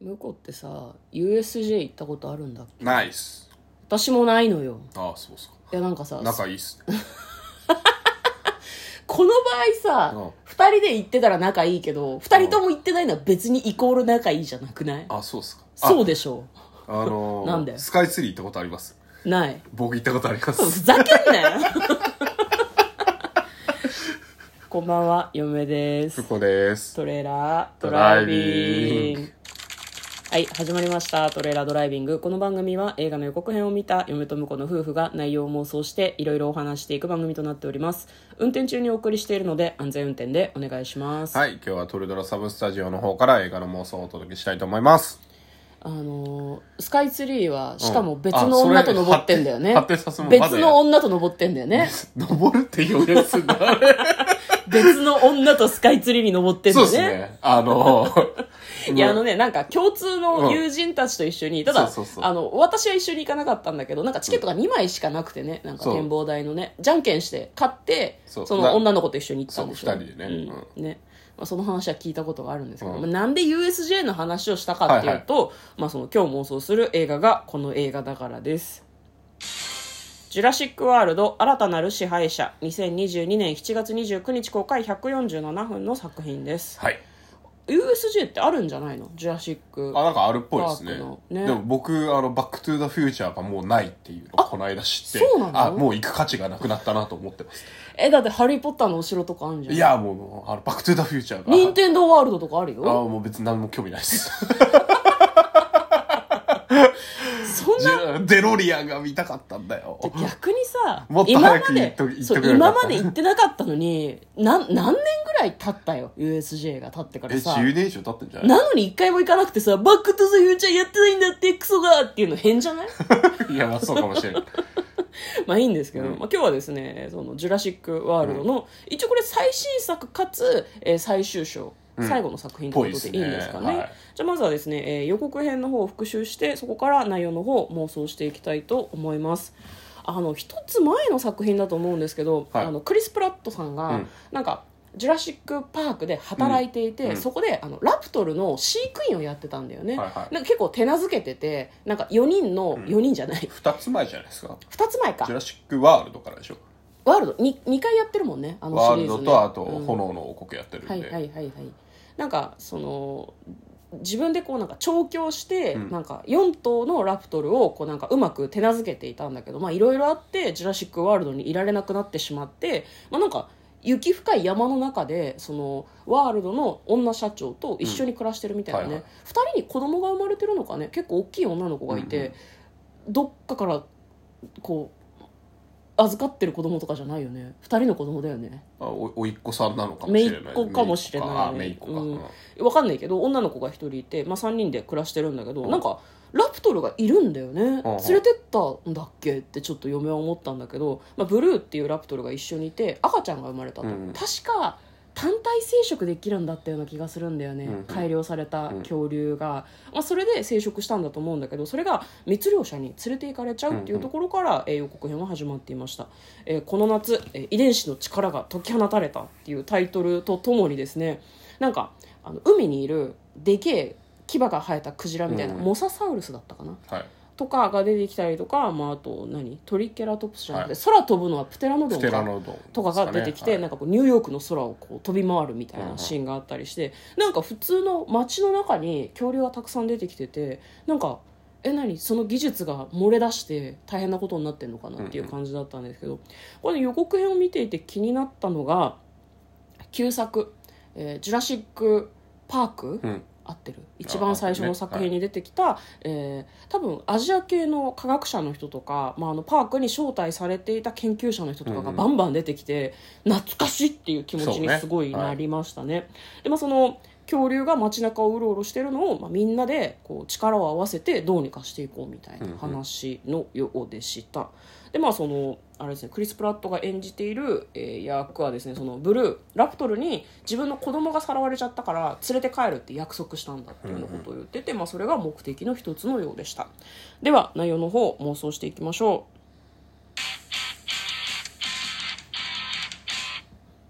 向こうってさ USJ 行ったことあるんだっけないっす私もないのよああそうっすかいやなんかさ仲いいっすねこの場うん合さ、二人で行ってたら仲いいけど二人とも行ってないのは別にイコール仲いいじゃなくないあそうっすかあそうでしょあのー、 なんでスカイツリー行ったことありますうない僕行ったことありふますざけんな よこんばんは嫁ですここですトレーラードドラライイビビンンググはい始まりました「トレーラードライビング」この番組は映画の予告編を見た嫁と婿の夫婦が内容を妄想していろいろお話していく番組となっております運転中にお送りしているので安全運転でお願いします、はい今日はトルドラサブスタジオの方から映画の妄想をお届けしたいと思います あのースカイツリーはしかもうん別あのそれ女と登ってんだよね、発展させもまだ別やの女と登ってんだよね登るって表現する んだ別の女とスカイツリーに登ってんだそうよですね。あのー、いや、あうんのね、なんか共通の友人たちと一緒に、ただそうそうそうあの、私は一緒に行かなかったんだけど、なんかチケットが2枚しかなくてね、なんかそう展望台のね、じゃんけんして、買って、そそうのな女の子と一緒に行ったんでしょ。そう二人でねうんね。まあ、その話は聞いたことがあるんですけど、うんまあ、なんで USJ の話をしたかっていうと、まあ、その今日妄想する映画がこの映画だからです。ジュラシック・ワールド新たなる支配者2022年7月29日公開147分の作品ですはい。 USJ ってあるんじゃないのジュラシックあ、なんかあるっぽいですねパークの。ねでも僕、あの、バックトゥーザフューチャーがもうないっていうのをこの間知って。そうなのあ、もう行く価値がなくなったなと思ってます。えだって「ハリー・ポッター」のお城とかあるじゃんいや、もう、あの、バックトゥーザフューチャーが。任天堂ワールドとかあるあよもう別に何も興味ないです。そんじなゃあデロリアンが見たかったんだよ。逆にさもっと今早まく言っでと言っそとうけばよか今ったまで行ってなかったのになん何年ぐらい経ったよ USJ が経ってかえ、らさ10年以上経ってんじゃないなのに一回も行かなくてさ「バック・トゥ・ザ・フューチャーやってないんだってクソが!」っていうの変じゃないいや、まあそうかもし れない。まあいいんですけど、うんまあ、今日はですねそのジュラシック・ワールドの、一応これ最新作かつ、えー最終章うん最後の作品ということでいいんですかね,、ぽいですねはいじゃあまずはですね、えー予告編の方を復習してそこから内容の方を妄想していきたいと思いますあの一つ前の作品だと思うんですけど、はいあのクリス・プラットさんが、うんなんかジュラシック・パークで働いていて、うんうんそこであのラプトルの飼育員をやってたんだよね、はいはいなんか結構手なずけててなんか4人の、4人じゃない2つ前じゃないですか。 2つ前かジュラシック・ワールドからでしょ。ワールド 2, 2回やってるもんねあのワシーリールズ、ね、ドと、あと、うん炎の王国やってるんで。はいはいはいはいなんかその自分でこうなんか調教して、うんなんか4頭のラプトルをこうなんかうまく手なずけていたんだけどまあいろいろあってジュラシック・ワールドにいられなくなってしまって、まあ、なんか雪深い山の中でそのワールドの女社長と一緒に暮らしてるみたいなね、うんはいは2人に子供が生まれてるのかね結構大きい女の子がいて、どっかからこう預かってる子供とかじゃないよね2人の子供だよねあおおいっ子さんなのかもしれない姪っ子かもしれないあ姪っ子か、うんうんわかんないけど女の子が一人いて、まあ、3人で暮らしてるんだけど、なんかラプトルがいるんだよね、うんうん連れてったんだっけってちょっと嫁は思ったんだけど、まあ、ブルーっていうラプトルが一緒にいて赤ちゃんが生まれたと、うん確か単体生殖できるんだったような気がするんだよね、うんうん改良された恐竜が、まあ、それで生殖したんだと思うんだけどそれが密猟者に連れて行かれちゃうっていうところから、えー予告編は始まっていました、えーこの夏、えー遺伝子の力が解き放たれた」っていうタイトルとともにですねなんかあの海にいるでけえ牙が生えたクジラみたいな、うんモササウルスだったかなはいとかが出てきたりとか、まあ、あと何トリケラトプスじゃなくて、は空飛ぶのはプテラノドプンテラかノドン、とかが出てきて、はいなんかこうニューヨークの空をこう飛び回るみたいなシーンがあったりして、なんか普通の街の中に恐竜がたくさん出てきててなんかえ何その技術が漏れ出して大変なことになってるのかなっていう感じだったんですけど、これ予告編を見ていて気になったのが旧作、えージュラシック・パーク」うん合ってる一番最初の作品に出てきた、えー多分アジア系の科学者の人とか、まあ、あのパークに招待されていた研究者の人とかうんがうんバンバン出てきて、懐かしいっていう気持ちそうにねすごいなりましたね。でまあ、その恐竜が街中をうろうろしてるのを、まあ、みんなでこう力を合わせてどうにかしていこうみたいな話のようでした。でまあそのあれですねクリス・プラットが演じている、えー役はですねそのブルーラプトルに自分の子供がさらわれちゃったから連れて帰るって約束したんだっていうようなことを言ってて、まあ、それが目的の一つのようでしたでは内容の方妄想していきましょ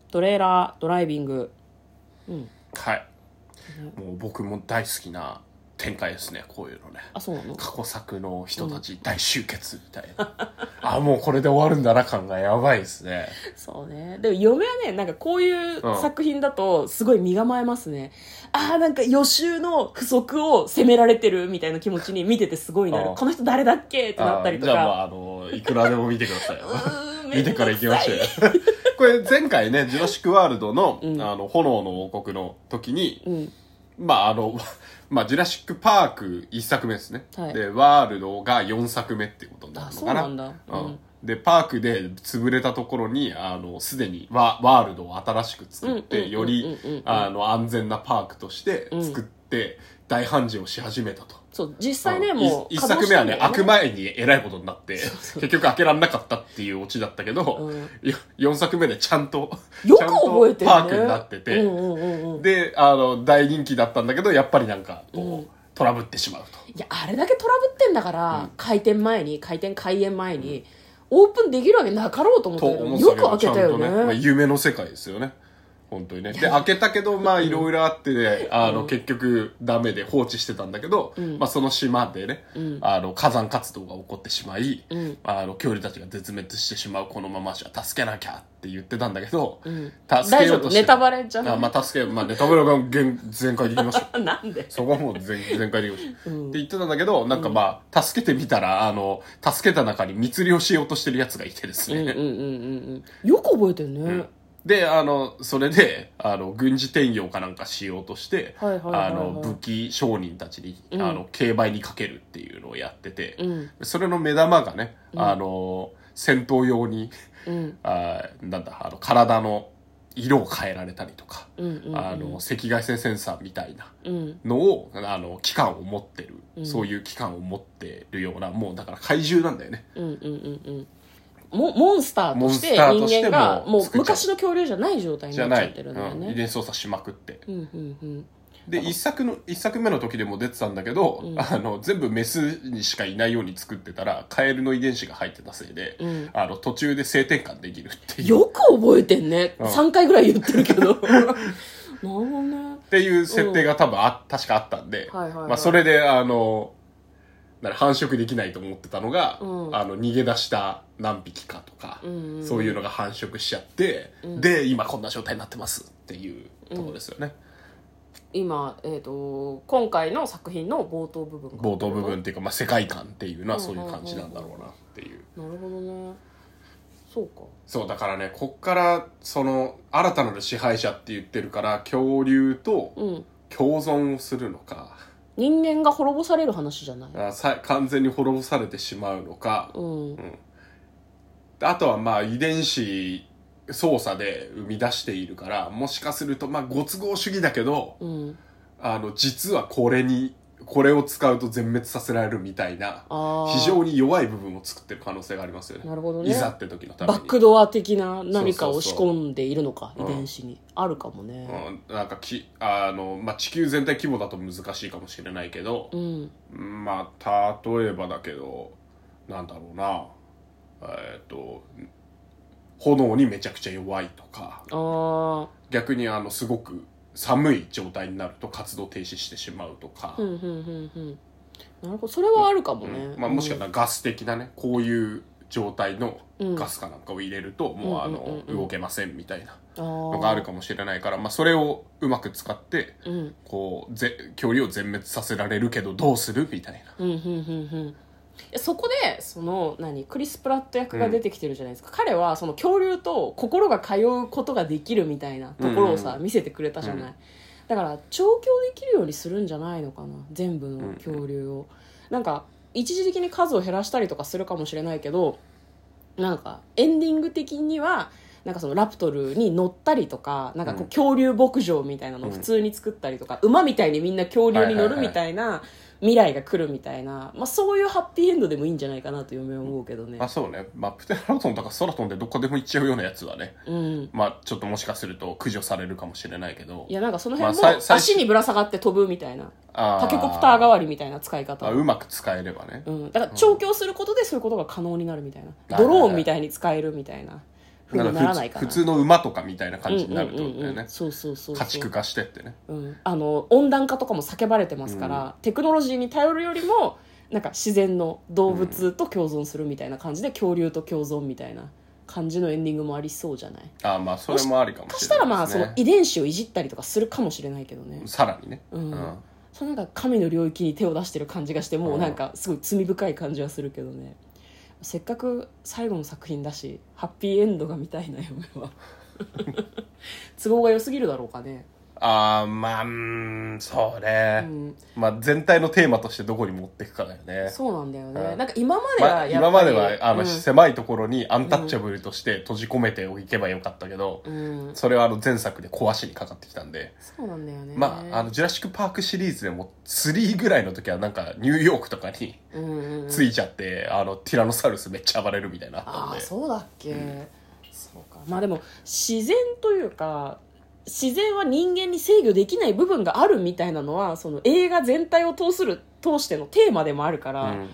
うトレーラードライビングはいもう僕も大好きな展開ですねこういうのねあそうなの過去作の人たち大集結みたいな、あもうこれで終わるんだな感がやばいですねそうねでも嫁はねなんかこういううん作品だとすごい身構えますね、ああなんか予習の不足を責められてるみたいな気持ちに見ててすごいなあるーこの人誰だっけってなったりとあじゃあまかああのいくらでも見てくださいようーん見てから行きましょうめんよどくさいこれ前回ね「ジュラシック・ワールドの」うんあの炎の王国の時に、うんまああの、まあ、ジュラシック・パーク1作目ですね、はいでワールドが4作目っていうことにあなるのそうかななんだ、うんうんでパークで潰れたところにあのすでにワワールドを新しく作っうんうてんよりうんうんうんあの安全なパークとしてうん作って大繁盛し始めたと。そう実際ねうんもうい一作目はね稼働開してんくだよ前にえらいことになって結局開けられなかったっていうオチだったけど、よ四4作目でちゃんとよちくゃん覚えとてるねパークになってて、うんうんうんうんであの大人気だったんだけどやっぱりなんかこう、うんトラブってしまうと。いやあれだけトラブってんだから、開店前に開店開演前に、オープンできるわけなかろうと思っとたけど思ってよたけくど開けちゃんたよとねね、まあ、夢の世界ですよね本当にねで開けたけどまあいろいろあって、あの結局ダメで放置してたんだけど、まあ、その島でね、あの火山活動が起こってしまい、んあの恐竜たちが絶滅してしまうこのままじゃ助けなきゃって言ってたんだけど、ん助けようと大丈夫してネタバレじゃないあまあ助けようまあネタバレが全全開できましたなんで そこはもう全全開でいきました。って言ってたんだけど、なんかまあ、助けてみたら、あの、助けた中に密漁しようとしてるやつがいてですね。うんうんうんうんうんよく覚えてるね、で、あの、それで、あの、軍事転用かなんかしようとして、はいはいはいはいあの、武器商人たちに、うんあの、競売にかけるっていうのをやってて、うんそれの目玉がね、あの、戦闘用に、うんあーなんだ、あの、体の色を変えられたりとか、うんうんうんあの、赤外線センサーみたいな、うんのを、あの、機関を持ってる、うんそういう機関を持ってるような、もうだから怪獣なんだよね。うんうんうんうんもモンスターとしてモンスターとして人間がもうもう作っちゃう昔の恐竜じゃない状態にじなゃっちなゃっい。てうるんだよん、遺ね伝操作しまくって。うんうんうんで、一作の、一作目の時でも出てたんだけど、うんあの、全部メスにしかいないように作ってたら、カエルの遺伝子が入ってたせいで、うんあの、途中で性転換できるっていう、よく覚えてんね、うん3回ぐらい言ってるけ どなるほどねっていう設定が多分あ、確かあったんで、はいはいはいまあ、それで、あの、なに繁殖できないと思ってたのが、うんあの、逃げ出した何匹かとか、うんそういうのが繁殖しちゃって、うんで今こんな状態になってますっていうところですよね、今、えー、と今回の作品の冒頭部分が冒頭部分っていうか、まあ、世界観っていうのはうんそういう感じなんだろうなっていう、なるほどねそうかそうだからねこっからその新たなる支配者って言ってるから恐竜とうん共存をするのか、人間が滅ぼされる話じゃないあさ完全に滅ぼされてしまうのか、うんあとはまあ遺伝子操作で生み出しているからもしかするとまあご都合主義だけど、うんあの、実はこれに、これを使うと全滅させられるみたいな、ああ非常に弱い部分を作ってる可能性がありますよね。なるほどいねざって時のためバに。ックドア的な何かをそうそう仕そう込んでいるのかうん遺伝子にあるかもねうん、なんかき、あの、まあ、地球全体規模だと難しいかもしれないけど、うんまあ、例えばだけど、なんだろうな、えーっと、炎にめちゃくちゃ弱いとか、あ逆にあの、すごく寒い状態になると活動停止してしまうとか、あうんうんうんうんなるほどそれはあるかもね、まあ、もしかしたらガス的なねこういう状態のガスかなんかを入れると、もうあうんのうんうんうん動けませんみたいなあーのがあるかもしれないからまあ、それをうまく使ってうんこうぜ距離を全滅させられるけどどうするみたいうなんうんうんうんいやそこでその何クリス・プラット役が出てきてるじゃないですか、彼はその恐竜と心が通うことができるみたいなところをさ、うんう見せてくれたじゃない、うだから調教できるようにするんじゃないのかな全部の恐竜を、なんか一時的に数を減らしたりとかするかもしれないけどなんかエンディング的にはなんかそのラプトルに乗ったりとかなんかこううん恐竜牧場みたいなのを普通に作ったりとか、馬みたいにみんな恐竜に乗るみたいな未来が来るみたいな、まあ、そういうハッピーエンドでもいいんじゃないかなと嫁は思うけどねまあ、そうね、まあ、プテラノトンとか空飛んでどこでも行っちゃうようなやつはねうんまあちょっともしかすると駆除されるかもしれないけどいやなんかそのまあ辺もさい最初足にぶら下がって飛ぶみたいなあータケコプター代わりみたいな使い方あうまく使えればね、うん、だから調教することでそういうことが可能になるみたいな、うんドローンみたいに使えるみたいな風にならないんかか普な通普通の馬とかみたいな感じになるってことうんだうよんうんうねん、そうそうそうそう家畜化してってねうん、あの温暖化とかも叫ばれてますから、テクノロジーに頼るよりもなんか自然の動物と共存するみたいな感じで、恐竜と共存みたいな感じのエンディングもありそうじゃないああまあそれもありかもそししれたならいまあでそすのね遺伝子をいじったりとかするかもしれないけどねさらにねうんうんそのなんか神の領域に手を出してる感じがしてもうなんかすごい罪深い感じはするけどねせっかく最後の作品だしハッピーエンドが見たいな嫁 は都合が良すぎるだろうかね、ああまあうーんそううね、ん、まあ、全体のテーマとしてどこに持っていくかだよねそうなんだよね、うんなんか今までまあ、はや今っぱまりではあの、うん狭いところにアンタッチャブルとして閉じ込めておけばよかったけど、うん、それはあの前作で壊しにかかってきたんで、そうなんだよねまあ、あの、ジュラシック・パークシリーズでも3ぐらいの時はなんかニューヨークとかにうんうんうんついちゃって、あのティラノサウルスめっちゃ暴れるみたいなのあったあんあでそうだっけ、そうかまあでも自然というか自然は人間に制御できない部分があるみたいなのはその映画全体を通する通してのテーマでもあるから、うん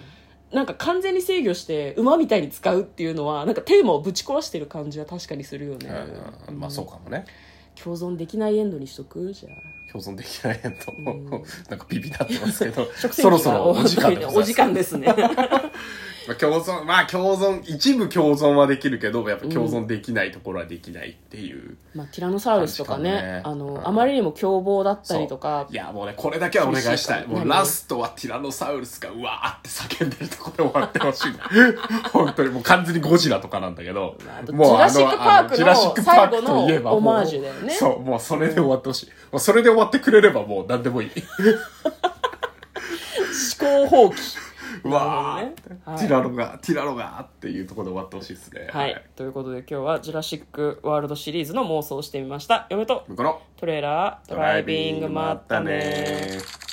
なんか完全に制御して馬みたいに使うっていうのはなんかテーマをぶち壊してる感じは確かにするよね、うんまあそうかもね共存できないエンドにしとくじゃあ共存できないと、んなんかビビなってますけど 食洗機そろそろお時間でがござ いおます時間ですね まあ、共存、まあ共存、一部共存はできるけど、やっぱ共存できないところはできないっていう。まあ、ティラノサウルスとかね確かにねあの、うんあまりにも凶暴だったりとかいや、もうね、これだけはお願いしたい。厳しいかもう何ラストはティラノサウルスがうわーって叫んでるところで終わってほしい な。本当にもう完全にゴジラとかなんだけどあ。ともうあのジュラシックパークのあジュラシックパークといえ最ばもう後のオマージュだよねそう、もうそれで終わってほしい。もうそれで終わってくれればもう何 でもいい。思考放棄うわーなるって、ほどねはいティラノが、ティラノがっていうところで終わってほしいですね。はい。。ということで今日はジュラシックワールドシリーズの妄想をしてみました。嫁と向こうのトレーラー、ドドラライイビンビング、グままっったたねねー